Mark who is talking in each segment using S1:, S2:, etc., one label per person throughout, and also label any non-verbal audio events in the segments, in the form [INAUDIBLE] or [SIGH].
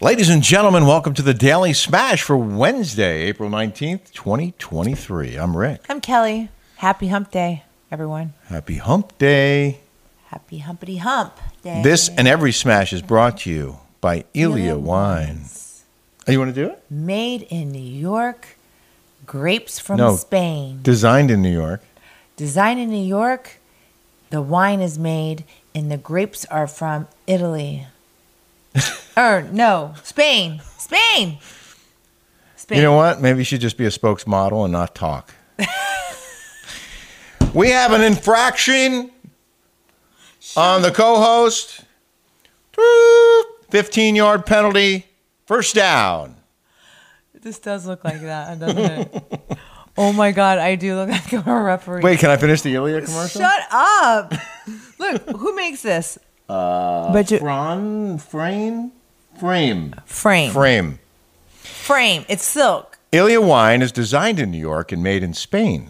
S1: Ladies and gentlemen, welcome to the Daily Smash for Wednesday, April 19th, 2023. I'm Rick.
S2: I'm Kelly. Happy hump day, everyone.
S1: Happy Hump Day.
S2: Happy humpity hump day.
S1: This and every Smash is brought to you by Elia Wine. Oh, you want to do it?
S2: made in New York, grapes from
S1: No.
S2: Spain.
S1: Designed in New York.
S2: Designed in New York, the wine is made and the grapes are from
S1: [LAUGHS]
S2: Italy. or no, Spain. Spain. Spain.
S1: You know what? Maybe you should just be a spokesmodel and not talk. [LAUGHS] we have an infraction on the co host. 15 yard penalty. First down.
S2: This does look like that, doesn't it?
S1: [LAUGHS]
S2: oh my god, I do look like a referee.
S1: Wait, can I finish the Ilya commercial?
S2: Shut up. look, who makes this? Uh, but you,
S1: Fran, frame, frame,
S2: frame.
S1: frame.
S2: Frame. It's silk.
S1: Ilia wine is designed in New York and made in Spain,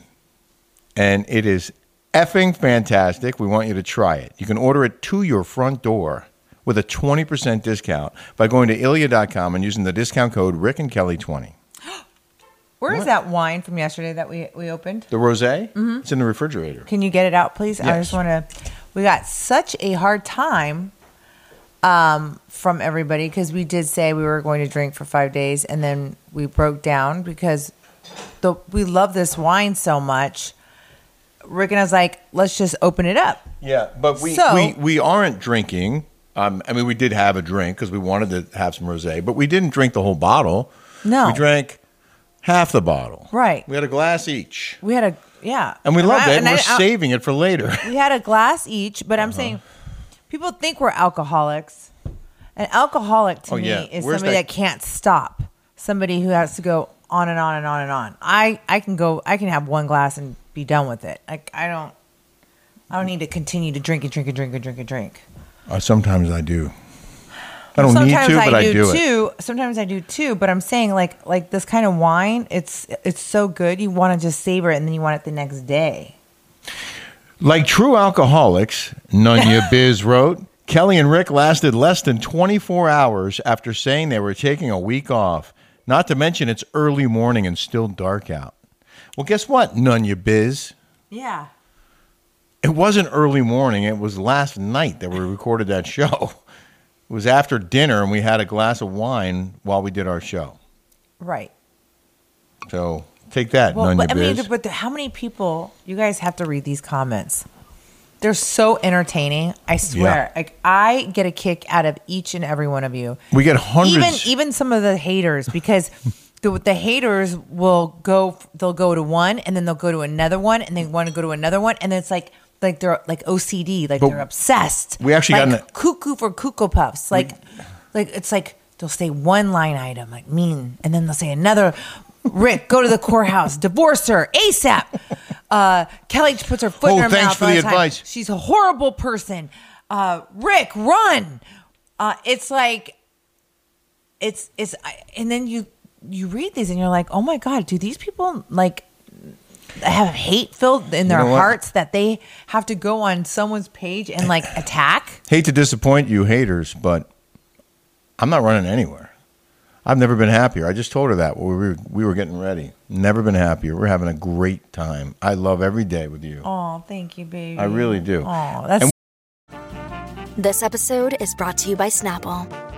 S1: and it is effing fantastic. We want you to try it. You can order it to your front door with a twenty percent discount by going to ilia.com and using the discount code Rick and Kelly twenty.
S2: Where is that wine from yesterday that we, we opened?
S1: The rosé, it's in the refrigerator.
S2: Can you get it out, please? I
S1: Yes.
S2: just want to. We got such a hard time um, from everybody because we did say we were going to drink for five days, and then we broke down because the we love this wine so much. Rick and I was like, let's just open it up.
S1: Yeah, but we
S2: So-
S1: we, we aren't drinking. Um, I mean, we did have a drink because we wanted to have some rosé, but we didn't drink the whole bottle.
S2: No.
S1: we drank half the bottle.
S2: Right.
S1: We had a glass each,
S2: We had a yeah,
S1: and we loved
S2: I-
S1: it. And
S2: I-
S1: we're
S2: I- uh,
S1: saving it for later.
S2: we had a glass each, but I'm
S1: Uh-huh.
S2: saying people think we're alcoholics. An alcoholic to
S1: Oh,
S2: me
S1: yeah.
S2: is
S1: Where's
S2: somebody
S1: that-
S2: that? can't stop. Somebody who has to go on and on and on and on. I I can go I can have one glass and be done with it. Like I don't I don't need to continue to drink and drink and drink and drink and drink.
S1: [LAUGHS] Uh, sometimes I do. I don't
S2: sometimes
S1: need to, but I, do, it.
S2: too. Sometimes I do too, but I'm saying like like this kind of wine, it's it's so good you want to just savor it and then you want it the next day.
S1: Like true alcoholics, none ya biz wrote. Kelly and Rick lasted less than 24 hours after saying they were taking a week off. Not to mention it's early morning and still dark out. Well, guess what? None ya biz.
S2: Yeah.
S1: It wasn't early morning. It was last night that we recorded that show. It was after dinner, and we had a glass of wine while we did our show.
S2: Right.
S1: So take that,
S2: Well,
S1: none
S2: but,
S1: ya
S2: I mean,
S1: biz.
S2: but the, how many people? You guys have to read these comments. They're so entertaining. I swear. Like I get a kick out of each and every one of you.
S1: we get hundreds.
S2: Even even some of the haters because the the haters will go. They'll go to one and then they'll go to another one and they want to go to another one and it's like like they're like OCD. Like
S1: But
S2: they're obsessed.
S1: we actually got
S2: like,
S1: an-
S2: cuckoo for cuckoo puffs. Like like it's like they'll say one line item like mean and then they'll say another. Rick, go to the courthouse. Divorce her ASAP. Uh, Kelly puts her foot
S1: Oh,
S2: in her
S1: thanks
S2: mouth
S1: for
S2: all
S1: the
S2: time.
S1: advice.
S2: She's a horrible person. Uh, Rick, run. Uh, it's like it's it's I- and then you you read these and you're like, oh my god, do these people like have hate filled in their
S1: know what?
S2: hearts that they have to go on someone's page
S1: [LAUGHS]
S2: and like attack?
S1: Hate to disappoint you haters, but I'm not running anywhere. I've never been happier. I just told her that when we were, we were getting ready. Never been happier. We're having a great time. I love every day with you.
S2: Oh, thank you, baby.
S1: I really do.
S2: Oh, that's
S1: And-
S3: This episode is brought to you by Snapple.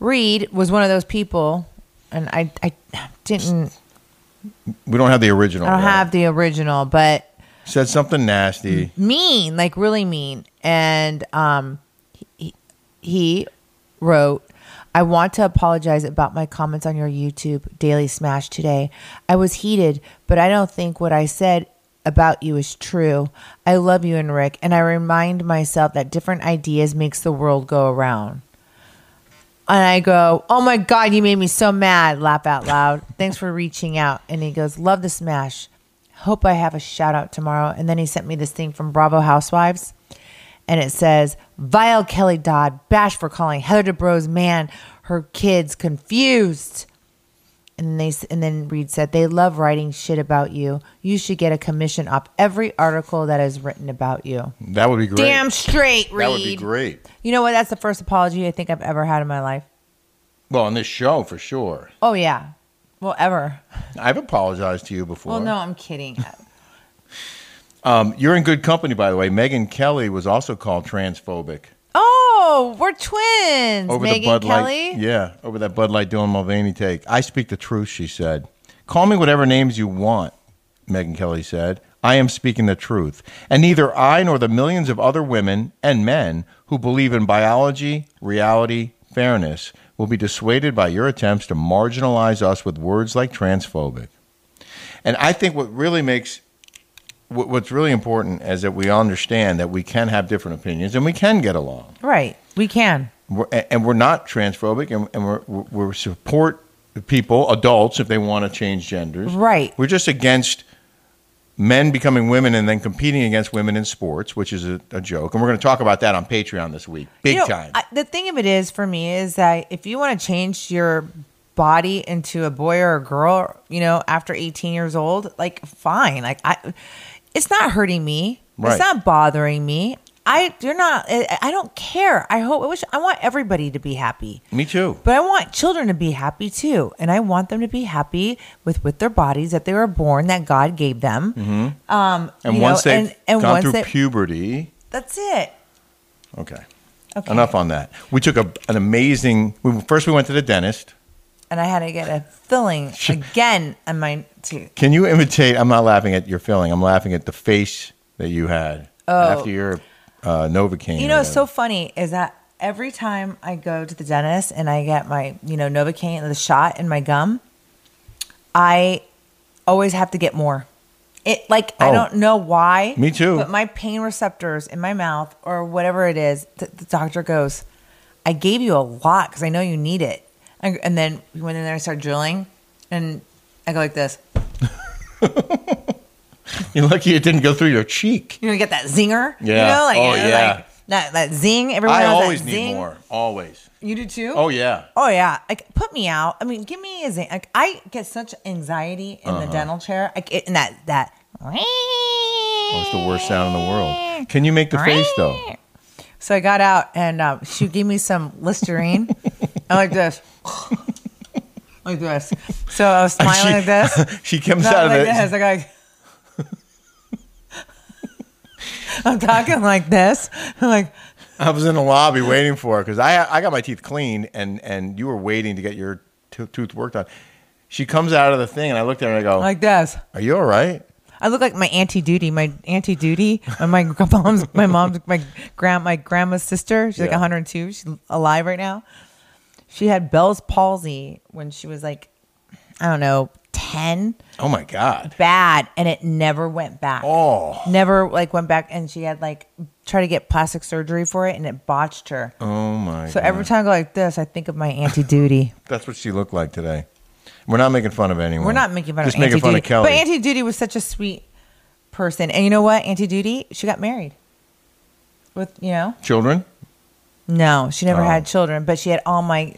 S2: Reed was one of those people, and I I didn't
S1: We don't have the original.
S2: I don't
S1: right?
S2: have the original, but
S1: said something nasty.
S2: mean, like really mean. And um, he, he wrote, I want to apologize about my comments on your YouTube Daily Smash today. I was heated, but I don't think what I said about you is true. I love you and Rick, and I remind myself that different ideas makes the world go around. And I go, Oh my God, you made me so mad. Laugh out loud. Thanks for reaching out. And he goes, Love the smash. Hope I have a shout out tomorrow. And then he sent me this thing from Bravo Housewives. And it says, Vile Kelly Dodd, bash for calling Heather DeBro's man, her kids confused. And they s- and then Reed said they love writing shit about you. You should get a commission off every article that is written about you.
S1: That would be great.
S2: Damn straight, Reed.
S1: that would be great.
S2: You know what? That's the first apology I think I've ever had in my life.
S1: Well, on this show for sure.
S2: Oh yeah. Well, ever.
S1: I've apologized to you before.
S2: Well, no, I'm kidding. [LAUGHS]
S1: Um, you're in good company, by the way. Megan Kelly was also called transphobic
S2: oh, we're twins. Megan
S1: the Bud
S2: Kelly.
S1: Light. Yeah, over that Bud Light Dylan Mulvaney take. I speak the truth, she said. Call me whatever names you want, Megan Kelly said. I am speaking the truth. And neither I nor the millions of other women and men who believe in biology, reality, fairness will be dissuaded by your attempts to marginalize us with words like transphobic. And I think what really makes what- what's really important is that we understand that we can have different opinions and we can get along
S2: Right. We can.
S1: we're, a- and we're not transphobic, and, and we're, we're we're support people, adults, if they want to change genders.
S2: Right.
S1: We're just against men becoming women and then competing against women in sports, which is a, a joke. And we're going to talk about that on Patreon this week, big
S2: You know,
S1: time.
S2: I, the thing of it is for me is that if you want to change your body into a boy or a girl, you know, after 18 years old, like fine. Like I it's not hurting me.
S1: Right.
S2: It's not bothering me. I you're not I, I don't care. I hope I wish I want everybody to be happy.
S1: Me too.
S2: But I want children to be happy too, and I want them to be happy with with their bodies that they were born that God gave them. Um,
S1: Mm-hmm. And
S2: you
S1: once
S2: know,
S1: they've
S2: and, and
S1: gone
S2: once
S1: through
S2: they,
S1: puberty,
S2: that's it.
S1: okay.
S2: Okay.
S1: Enough on that. We took a, an amazing. We, first, we went to the dentist.
S2: And I had to get a
S1: [LAUGHS]
S2: filling again on my tooth.
S1: Can you imitate? I'm not laughing at your feeling. I'm laughing at the face that you had after your uh, Novocaine.
S2: Oh. You
S1: or
S2: know, it's
S1: whatever.
S2: so funny is that every time I go to the dentist and I get my, you know, Novocaine, the shot in my gum, I always have to get more. It like I
S1: Oh.
S2: don't know why.
S1: Me too.
S2: But my pain receptors in my mouth or whatever it is, th- the doctor goes, "I gave you a lot because I know you need it." And, and then we went in there and started drilling, and I go like this.
S1: You're lucky it didn't go through your cheek.
S2: You know, get that zinger.
S1: Yeah.
S2: You know, like,
S1: Oh,
S2: you know,
S1: yeah.
S2: like that, that zing. Everyone
S1: I
S2: knows that
S1: always need
S2: zing.
S1: more. Always.
S2: You do too?
S1: Oh yeah.
S2: Oh yeah, like put me out. I mean, give me a zing. Like I get such anxiety in
S1: Uh-huh.
S2: the dental chair. Like it, and that that.
S1: Oh, it's the worst sound in the world. Can you make the face though?
S2: So I got out and um, she gave me some
S1: [LAUGHS]
S2: Listerine. I like this, like this. So
S1: [LAUGHS]
S2: I was smiling like this.
S1: she comes
S2: No,
S1: out of
S2: like
S1: it.
S2: this. Like, like [LAUGHS] I'm talking like this. I'm like.
S1: I was in the lobby waiting for her because I I got my teeth cleaned and and you were waiting to get your to- tooth worked on. She comes out of the thing and I looked at her and I go,
S2: like this.
S1: "Are you all right?"
S2: I look like my auntie Duty, my auntie Duty, my my mom's my mom's my grand my grandma's sister. She's like
S1: Yeah.
S2: 102. She's alive right now. She had Bell's palsy when she was like, I don't know, 10.
S1: Oh my god.
S2: Bad, and it never went back.
S1: Oh.
S2: never like went back. And she had like tried to get plastic surgery for it, and it botched her.
S1: Oh my.
S2: so every time I go like this, I think of my auntie Duty.
S1: That's what she looked like today. We're not making fun of anyone.
S2: We're not making fun
S1: Just
S2: of Auntie
S1: making fun
S2: Duty.
S1: of Kelly.
S2: But Auntie Duty was such a sweet person. And you know what? Auntie Duty, she got married. With you know?
S1: Children.
S2: No, she never
S1: Oh.
S2: had children, but she had all my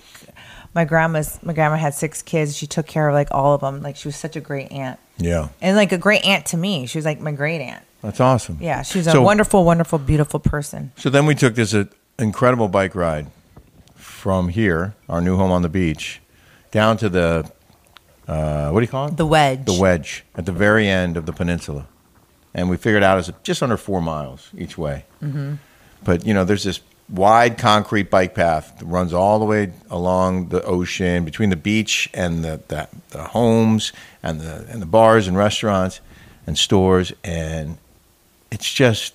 S2: my grandma's my grandma had six kids. She took care of like all of them. Like she was such a great aunt.
S1: Yeah.
S2: And like a great aunt to me. She was like my great aunt.
S1: That's awesome.
S2: Yeah, she was a
S1: So-
S2: wonderful, wonderful, beautiful person.
S1: So then we took this uh, incredible bike ride from here, our new home on the beach, down to the uh, what do you call it?
S2: The wedge.
S1: The wedge at the very end of the peninsula, and we figured out it's just under four miles each way. Mm-hmm. But you know, there's this wide concrete bike path that runs all the way along the ocean between the beach and the, the, the homes and the and the bars and restaurants and stores and it's just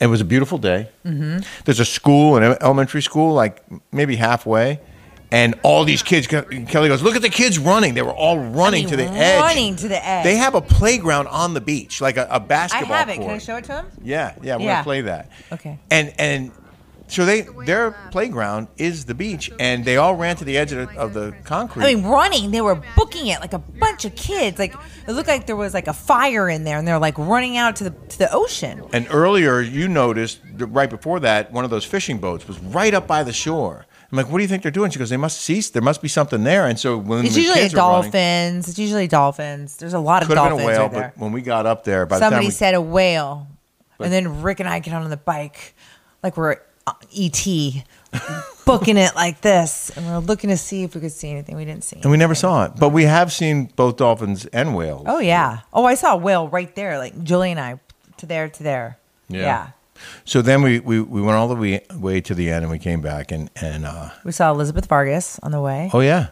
S1: it was a beautiful day. Mm-hmm. There's a school, an e-, elementary school, like maybe halfway, and all these kids. Kelly goes, "Look at the kids running! They were all running
S2: I mean,
S1: to the edge.
S2: running to the edge.
S1: They have a playground on the beach, like a, a
S2: I
S1: basketball
S2: have it.
S1: court.
S2: Can I show it to him?
S1: Yeah, yeah, we're
S2: Yeah.
S1: gonna play that.
S2: Okay.
S1: And and So they their playground is the beach, and they all ran to the edge of the, of the concrete.
S2: I mean, running. They were booking it like a bunch of kids. Like it looked like there was like a fire in there, and they're like running out to the to the ocean.
S1: and earlier, you noticed that right before that, one of those fishing boats was right up by the shore. I'm like, what do you think they're doing? She goes, they must cease. There must be something there. And so when
S2: It's
S1: the
S2: usually
S1: kids were running-
S2: dolphins. it's usually dolphins. There's a lot of
S1: could have
S2: dolphins
S1: been a whale,
S2: right there.
S1: but when we got up there, by
S2: Somebody
S1: the time we,
S2: said a whale, and then Rick and I get on the bike like we're uh, ET, booking it like this, and we're looking to see if we could see anything. We didn't see.
S1: and we never saw it, but we have seen both dolphins and whales.
S2: Oh yeah. Oh, I saw a whale right there. Like Julie and I, to there, to there.
S1: Yeah.
S2: Yeah.
S1: So then we, we, we went all the way, way to the end, and we came back, and and uh,
S2: We saw Elizabeth Vargas on the way.
S1: oh yeah,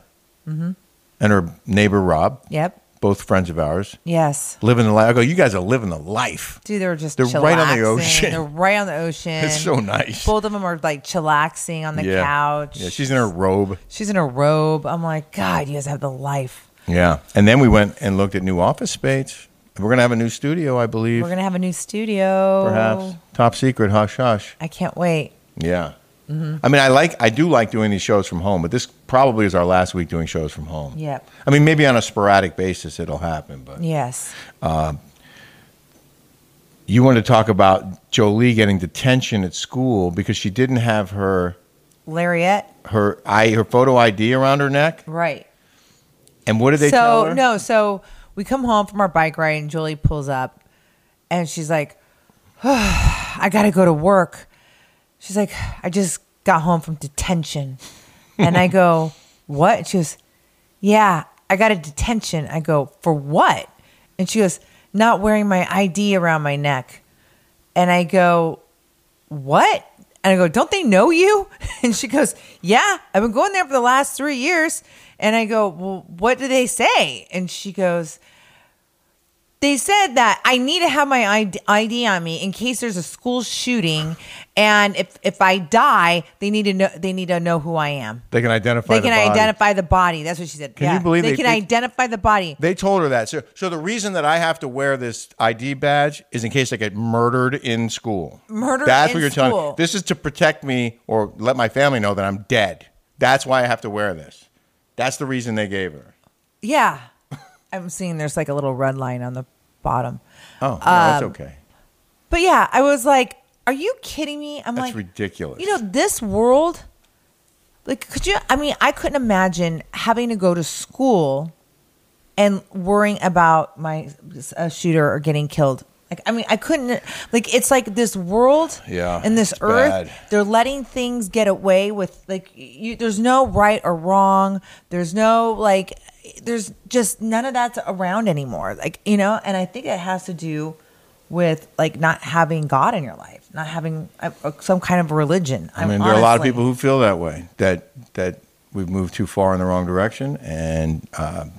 S2: Mm-hmm.
S1: and her neighbor Rob,
S2: Yep.
S1: both friends of ours,
S2: Yes.
S1: living the life. I go, you guys are living the life.
S2: Dude, they were just
S1: They're right on the
S2: chillaxing.
S1: ocean.
S2: They're
S1: [LAUGHS]
S2: right on the ocean.
S1: It's so nice.
S2: Both of them are like chillaxing on the
S1: yeah.
S2: couch.
S1: Yeah, she's in her robe.
S2: She's in a robe. I'm like, God, you guys have the life.
S1: Yeah, and then we went and looked at new office space. We're gonna have a new studio, I believe.
S2: We're gonna have a new studio.
S1: perhaps top secret, hush hush.
S2: I can't wait.
S1: Yeah.
S2: Mm-hmm.
S1: I mean, I like I do like doing these shows from home, but this probably is our last week doing shows from home.
S2: Yep.
S1: I mean, maybe on a sporadic basis it'll happen, but
S2: Yes.
S1: you want to talk about Jolie getting detention at school because she didn't have her
S2: Lariat.
S1: her I her photo ID around her neck.
S2: Right.
S1: And what did they
S2: so
S1: tell her?
S2: no so we come home from our bike ride and julie pulls up and she's like [SIGHS] i gotta go to work she's like i just got home from detention and i go [LAUGHS] what and she goes yeah i got a detention i go for what and she goes not wearing my id around my neck and i go what? And I go, don't they know you? [LAUGHS] And she goes, yeah, I've been going there for the last three years. And I go, well, what do they say? And she goes, they said that I need to have my ID ID on me in case there's a school shooting, and if if I die, they need to know they need to know who I am.
S1: They can identify
S2: They
S1: the
S2: can
S1: body.
S2: identify the body. That's what she said.
S1: Can you believe
S2: they,
S1: they-
S2: can
S1: they-
S2: identify the body?
S1: They told her that. So so the reason that I have to wear this ID badge is in case I get murdered in school.
S2: Murdered
S1: That's
S2: in
S1: what you're telling
S2: school.
S1: me. This is to protect me or let my family know that I'm dead. That's why I have to wear this. That's the reason they gave her.
S2: Yeah, [LAUGHS] I'm seeing there's like a little red line on the bottom. Um,
S1: Oh, no, that's okay.
S2: But yeah, I was like, "Are you kidding me?" I'm
S1: That's
S2: like,
S1: ridiculous.
S2: You know, this world. Like, could you? I mean, I couldn't imagine having to go to school and worrying about my a shooter or getting killed. Like, I mean, I couldn't. Like, it's like this world
S1: Yeah,
S2: and this
S1: it's
S2: earth.
S1: bad.
S2: They're letting things get away with like you. There's no right or wrong. There's no like. There's just none of that's around anymore. Like you know, and I think it has to do with like not having God in your life, not having a, a- some kind of religion.
S1: I mean, there are a lot of people who feel that way. That that we've moved too far in the wrong direction and um,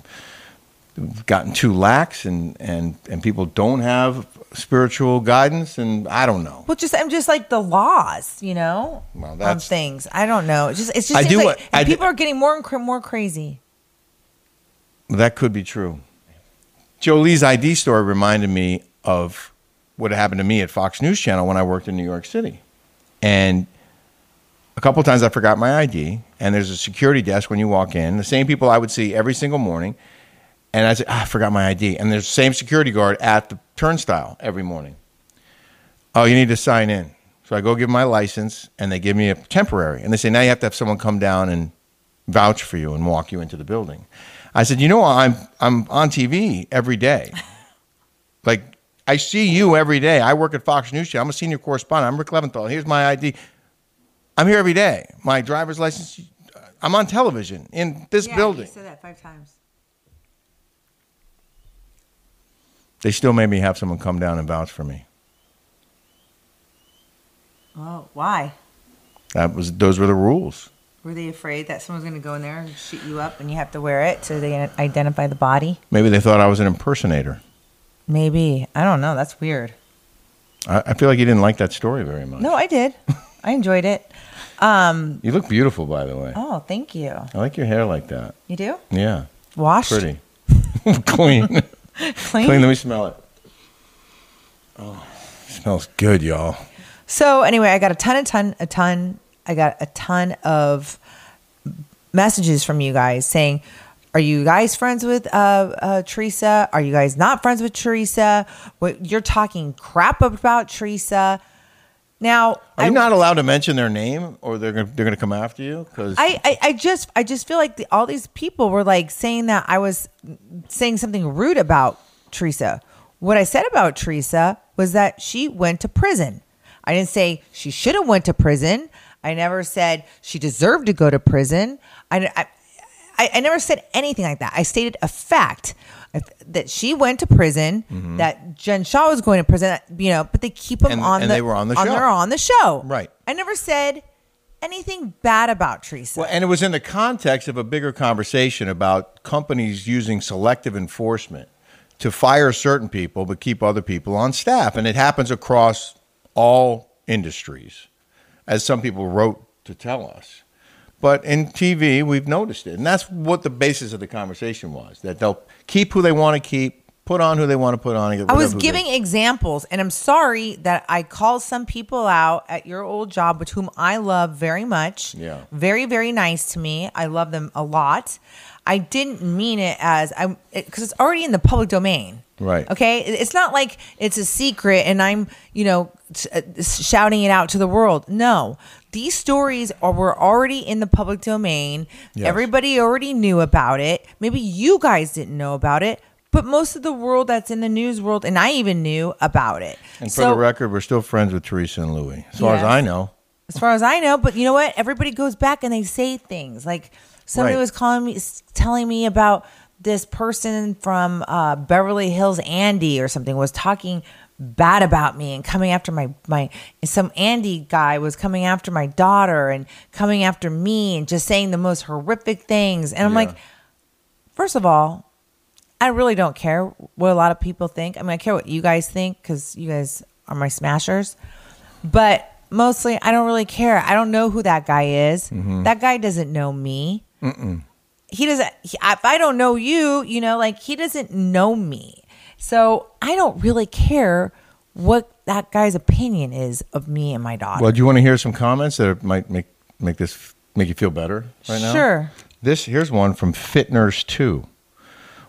S1: we've gotten too lax, and and and people don't have spiritual guidance, and I don't know.
S2: Well, just I'm just like the laws, you know,
S1: Well,
S2: on
S1: that's-
S2: things. I don't know. It's just it's just
S1: I
S2: seems
S1: do
S2: like
S1: what-
S2: and
S1: I do-
S2: people are getting more and cra- more crazy.
S1: That could be true. Jolie's ID story reminded me of what happened to me at Fox News Channel when I worked in New York City. And a couple times I forgot my ID, and there's a security desk when you walk in, the same people I would see every single morning. And I said, ah, I forgot my ID. And there's the same security guard at the turnstile every morning. Oh, you need to sign in. So I go give my license, and they give me a temporary. And they say, now you have to have someone come down and vouch for you and walk you into the building. I said, you know, I'm, I'm on TV every day. [LAUGHS] like, I see you every day. I work at Fox News Channel. I'm a senior correspondent. I'm Rick Leventhal. Here's my ID. I'm here every day. My driver's license. I'm on television in this building.
S2: that five times.
S1: They still made me have someone come down and vouch for me.
S2: Oh, why
S1: That was those were the rules.
S2: were they afraid that someone's going to go in there and shoot you up, and you have to wear it so they can identify the body?
S1: Maybe they thought I was an impersonator.
S2: Maybe I don't know. That's weird.
S1: I, I feel like you didn't like that story very much.
S2: No, I did. I enjoyed it. Um.
S1: You look beautiful, by the way.
S2: Oh, thank you.
S1: I like your hair like that.
S2: You do
S1: Yeah,
S2: washed,
S1: pretty, [LAUGHS] clean,
S2: clean.
S1: clean. Let me smell it. Oh, smells good, y'all.
S2: So anyway, I got a ton, a ton, a ton. I got a ton of messages from you guys saying, "Are you guys friends with uh, uh, Teresa? Are you guys not friends with Teresa? What you're talking crap about Teresa?" Now,
S1: Are you not allowed to mention their name, or they're gonna, they're going to come after you? Because
S2: I, I, I just I just feel like the, all these people were like saying that I was saying something rude about Teresa. What I said about Teresa was that she went to prison. I didn't say she should have went to prison. I never said she deserved to go to prison. I, I, I, I never said anything like that. I stated a fact I- that she went to prison. That Jen Shaw was going to prison. You know, but they keep them
S1: Mm-hmm. And-
S2: on.
S1: and
S2: the,
S1: they were on the show.
S2: They're on the show.
S1: Right.
S2: I never said anything bad about Teresa.
S1: Well, and it was in the context of a bigger conversation about companies using selective enforcement to fire certain people but keep other people on staff. And it happens across all industries, as some people wrote to tell us. But in TV, we've noticed it. And that's what the basis of the conversation was that they'll keep who they want to keep, put on who they want to put on. and get
S2: I
S1: rid
S2: was
S1: of who
S2: giving
S1: They-
S2: examples, and I'm sorry that I called some people out at your old job, which whom I love very much.
S1: Yeah.
S2: very very nice to me. I love them a lot. I didn't mean it as I because it's already in the public domain.
S1: Right.
S2: Okay. It- It's not like it's a secret, and I'm you know s- uh, s- shouting it out to the world. No, these stories are were already in the public domain.
S1: Yes.
S2: Everybody already knew about it. Maybe you guys didn't know about it, but most of the world that's in the news world, and I even knew about it.
S1: and for
S2: So,
S1: the record, we're still friends with Teresa and Louie, as far as
S2: Yes.
S1: I know.
S2: as far as I know, but you know what? Everybody goes back and they say things like somebody
S1: Right.
S2: was calling me, s- telling me about this person from uh, Beverly Hills, Andy or something, was talking bad about me and coming after my my some Andy guy was coming after my daughter and coming after me and just saying the most horrific things, and I'm
S1: Yeah.
S2: like, first of all. I really don't care what a lot of people think. I mean, I care what you guys think because you guys are my smashers but mostly I don't really care. I don't know who that guy is.
S1: Mm-hmm.
S2: That guy doesn't know me. He doesn't. He, if I don't know you, you know, like he doesn't know me. So I don't really care what that guy's opinion is of me and my daughter.
S1: Well, do you want to hear some comments that might make make this make you feel better right now?
S2: Sure.
S1: This here's one from Fitness Two.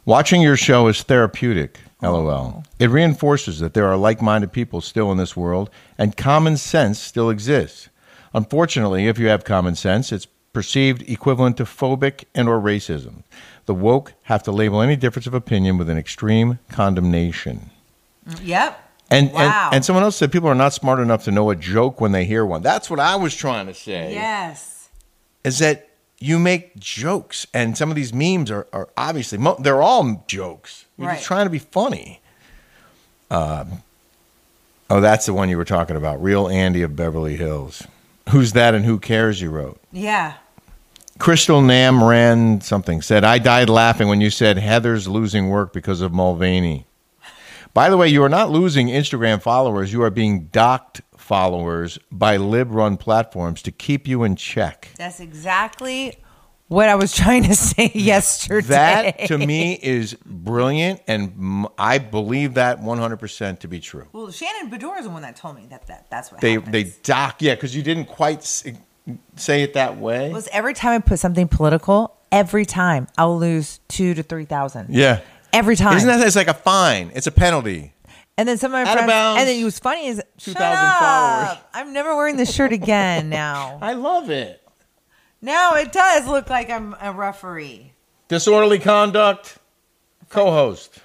S1: Watching your show is therapeutic. LOL. It reinforces that there are like-minded people still in this world, and common sense still exists. Unfortunately, if you have common sense, it's perceived equivalent to phobic and or racism. The woke have to label any difference of opinion with an extreme condemnation.
S2: Yep.
S1: And,
S2: Wow.
S1: and and someone else said people are not smart enough to know a joke when they hear one. That's what I was trying to say.
S2: Yes.
S1: Is that you make jokes, and some of these memes are, are obviously mo- they're all jokes. You're
S2: Right.
S1: just trying to be funny. Um, oh, that's the one you were talking about, real Andy of Beverly Hills. Who's that and who cares? You wrote.
S2: Yeah.
S1: Crystal Nam ran something said, I died laughing when you said Heather's losing work because of Mulvaney. By the way, you are not losing Instagram followers. You are being docked followers by LibRun platforms to keep you in check.
S2: That's exactly what I was trying to say [LAUGHS] yesterday.
S1: That to me is brilliant, and m- I believe that 100% to be true.
S2: Well, Shannon Bedore is the one that told me that, that that's what
S1: They,
S2: happens.
S1: they dock, yeah, because you didn't quite s- say it that way.
S2: was every time I put something political, every time I'll lose two to three thousand.
S1: Yeah.
S2: Every time.
S1: Isn't that it's like a fine? It's a penalty.
S2: and then some of my
S1: Out of
S2: friends
S1: bounds.
S2: and then it was funny is
S1: 2,000
S2: "Shut
S1: followers."
S2: up. I'm never wearing this shirt again now.
S1: I love it.
S2: [LAUGHS] now it does look like I'm a referee.
S1: Disorderly conduct, co host.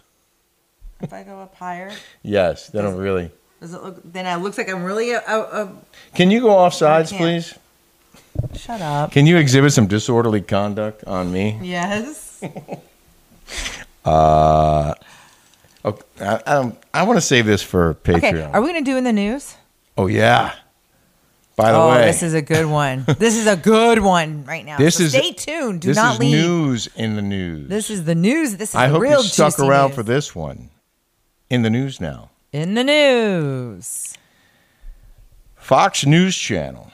S2: If I go up higher,
S1: Yes, they don't really.
S2: does it look then it looks like I'm really a, a,
S1: Can you go off sides,
S2: can't.
S1: please?
S2: a shut up.
S1: Can you exhibit some disorderly conduct on me?
S2: Yes.
S1: Uh, okay, I, I, don't- I want to save this for Patreon.
S2: Okay. Are we gonna do in the news?
S1: oh, yeah. By the
S2: Oh,
S1: way,
S2: this is a good one. this is a good one right now.
S1: This
S2: So
S1: is-
S2: stay tuned. Do
S1: this
S2: not
S1: is
S2: leave.
S1: news in the news.
S2: This is the news. This is
S1: I
S2: the
S1: hope
S2: real
S1: you stuck
S2: juicy
S1: around
S2: news.
S1: for this one. In the news now.
S2: in the news.
S1: Fox News Channel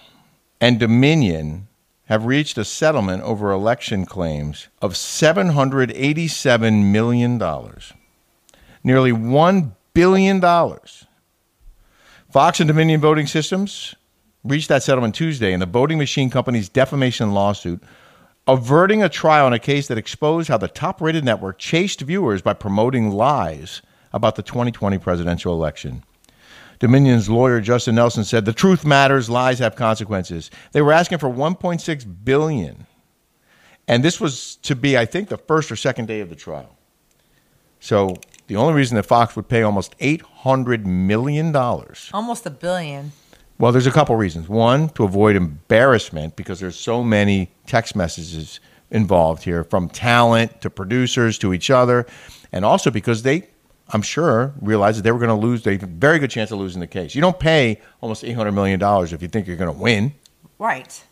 S1: and Dominion have reached a settlement over election claims of $787 million, nearly $1 billion. Fox Fox and Dominion Voting Systems reached that settlement Tuesday in the voting machine company's defamation lawsuit, averting a trial in a case that exposed how the top rated network chased viewers by promoting lies about the 2020 presidential election. Dominion's lawyer Justin Nelson said the truth matters, lies have consequences. They were asking for 1.6 billion. And this was to be I think the first or second day of the trial. So the only reason that Fox would pay almost 800 million dollars
S2: Almost a billion.
S1: well, there's a couple reasons. One, to avoid embarrassment because there's so many text messages involved here from talent to producers to each other, and also because they I'm sure realized that they were going to lose they have a very good chance of losing the case. You don't pay almost 800 million dollars if you think you're going to win.
S2: Right.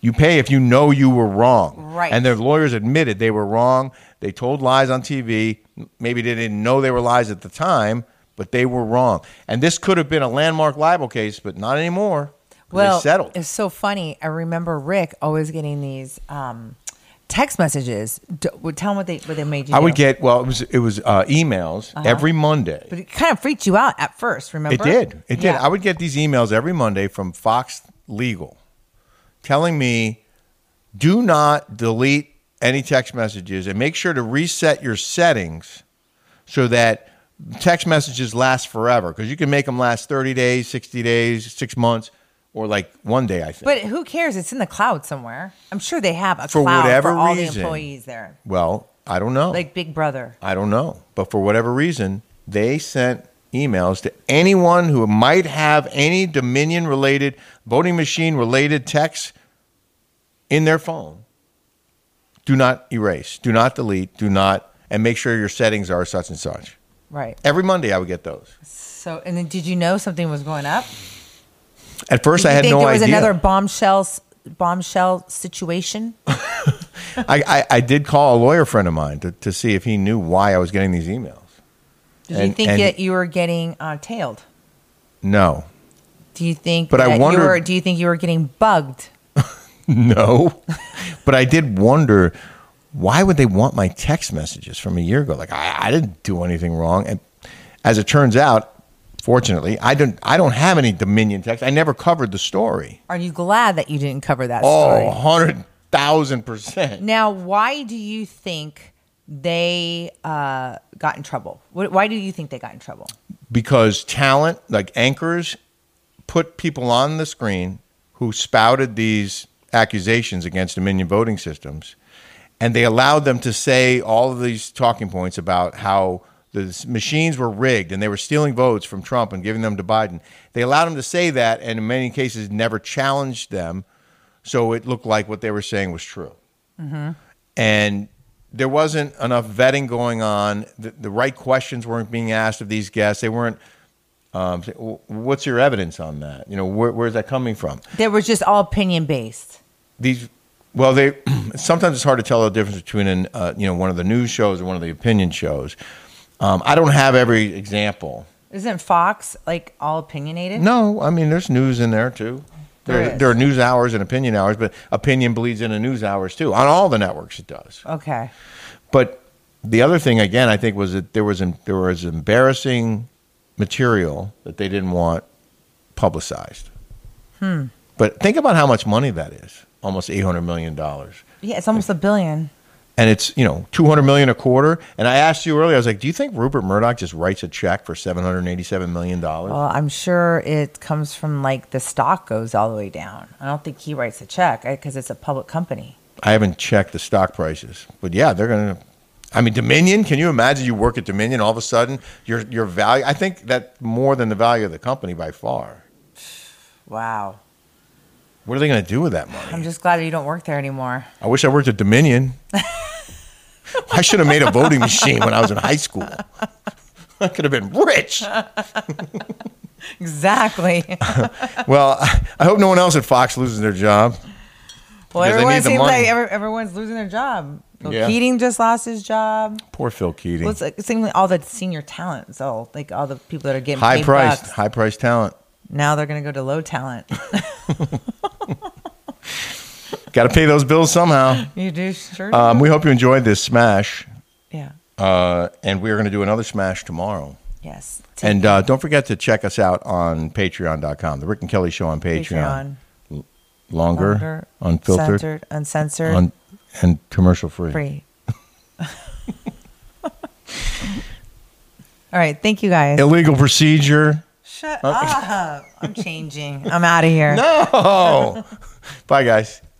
S1: You pay if you know you were wrong.
S2: Right.
S1: And their lawyers admitted they were wrong. They told lies on TV. Maybe they didn't know they were lies at the time, but they were wrong. And this could have been a landmark libel case, but not anymore.
S2: Well,
S1: they settled.
S2: It's so funny. I remember Rick always getting these um, text messages. D- would tell him what they what they made you. Uh-huh.
S1: I would
S2: do.
S1: get well. It was it was uh, emails every Monday.
S2: but it kind of freaked you out at first. Remember?
S1: It did. It did.
S2: Yeah.
S1: I would get these emails every Monday from Fox Legal telling me do not delete any text messages and make sure to reset your settings so that text messages last forever because you can make them last 30 days, 60 days, 6 months or like one day I think.
S2: But who cares? It's in the cloud somewhere. I'm sure they have a
S1: For
S2: cloud
S1: whatever
S2: for all the
S1: reason.
S2: employees there,
S1: well, I don't know.
S2: like Big Brother.
S1: I don't know. But for whatever reason, they sent emails to anyone who might have any Dominion related, voting machine related texts in their phone. Do not erase, do not delete, do not, and make sure your settings are such and such.
S2: Right.
S1: Every Monday, I would get those.
S2: So, and then did you know something was going up?
S1: At first,
S2: Did
S1: I
S2: you
S1: had
S2: think
S1: no
S2: there was
S1: idea.
S2: another bombshell s- bombshell situation?
S1: I, I, I did call a lawyer friend of mine to, to see if he knew why I was getting these emails.
S2: Did you
S1: And-
S2: think
S1: and-
S2: that you were getting uh, tailed?
S1: No,
S2: Do you think?
S1: But I
S2: that
S1: wondered-
S2: You were, do you think you were getting bugged?
S1: No. [LAUGHS] but I did wonder why would they want my text messages from a year ago? Like I, I didn't do anything wrong. And as it turns out, fortunately, I don't I don't have any Dominion text. I never covered the story.
S2: Are you glad that you didn't cover that
S1: Oh,
S2: story?
S1: 100,000 percent.
S2: Now, why do you think they uh, got in trouble? Wh- Why do you think they got in trouble?
S1: Because talent, like anchors, put people on the screen who spouted these accusations against Dominion voting systems, and they allowed them to say all of these talking points about how the s- machines were rigged and they were stealing votes from Trump and giving them to Biden. They allowed them to say that, and in many cases, never challenged them, so it looked like what they were saying was true. And there wasn't enough vetting going on. The, the right questions weren't being asked of these guests. They weren't. Um, say, "Well, what's your evidence on that? You know, where, where's that coming from?
S2: They were just all opinion based.
S1: These, well, they [CLEARS THROAT] sometimes it's hard to tell the difference between an, uh, you know one of the news shows and one of the opinion shows. Um, I don't have every example.
S2: Isn't Fox like all opinionated?
S1: No, I mean there's news in there too. There,
S2: There is.
S1: there are news hours and opinion hours, but opinion bleeds into news hours too. On all the networks, it does.
S2: Okay.
S1: But the other thing, again, I think was that there was there was embarrassing material that they didn't want publicized. But think about how much money that is almost eight hundred million dollars,
S2: Yeah, it's almost a billion.
S1: and it's you know two hundred million a quarter. And I asked you earlier, I was like, do you think Rupert Murdoch just writes a check for seven hundred eighty-seven million dollars?
S2: Well, I'm sure it comes from like the stock goes all the way down. I don't think he writes a check because it's a public company.
S1: I haven't checked the stock prices, but yeah, they're gonna. I mean, Dominion. Can you imagine? You work at Dominion, all of a sudden, your your value. I think that more than the value of the company by far.
S2: Wow.
S1: What are they going to do with that money?
S2: I'm just glad that you don't work there anymore.
S1: I wish I worked at
S2: [LAUGHS]
S1: Dominion. I should have made a voting machine when I was in high school. I could have been rich. [LAUGHS]
S2: Exactly. [LAUGHS]
S1: Well, I I hope no one else at Fox loses their job. Because
S2: Well,
S1: they
S2: everyone
S1: need the
S2: seems
S1: money.
S2: like every, everyone's losing their job. Well,
S1: Yeah.
S2: Keating just lost his job.
S1: Poor Phil Keating.
S2: Well, it's like, it seems like all the senior talent, so like all the people that are getting
S1: high
S2: paid
S1: priced,
S2: bucks,
S1: high priced talent.
S2: now they're going to go to low talent.
S1: [LAUGHS] Got to pay those bills somehow.
S2: you do sure?
S1: Uh, Um, we hope you enjoyed this smash,
S2: yeah.
S1: uh, and we are going to do another smash tomorrow.
S2: Yes. Take
S1: And uh, don't forget to check us out on patreon.com. The Rick and Kelly Show on Patreon.
S2: Patreon.
S1: Longer,
S2: Longer,
S1: unfiltered,
S2: Censored, uncensored,
S1: un- and commercial free.
S2: free. [LAUGHS] All right. Thank you guys.
S1: Illegal procedure. [LAUGHS]
S2: Shut up. I'm changing. I'm out of here.
S1: No. [LAUGHS] Bye, guys.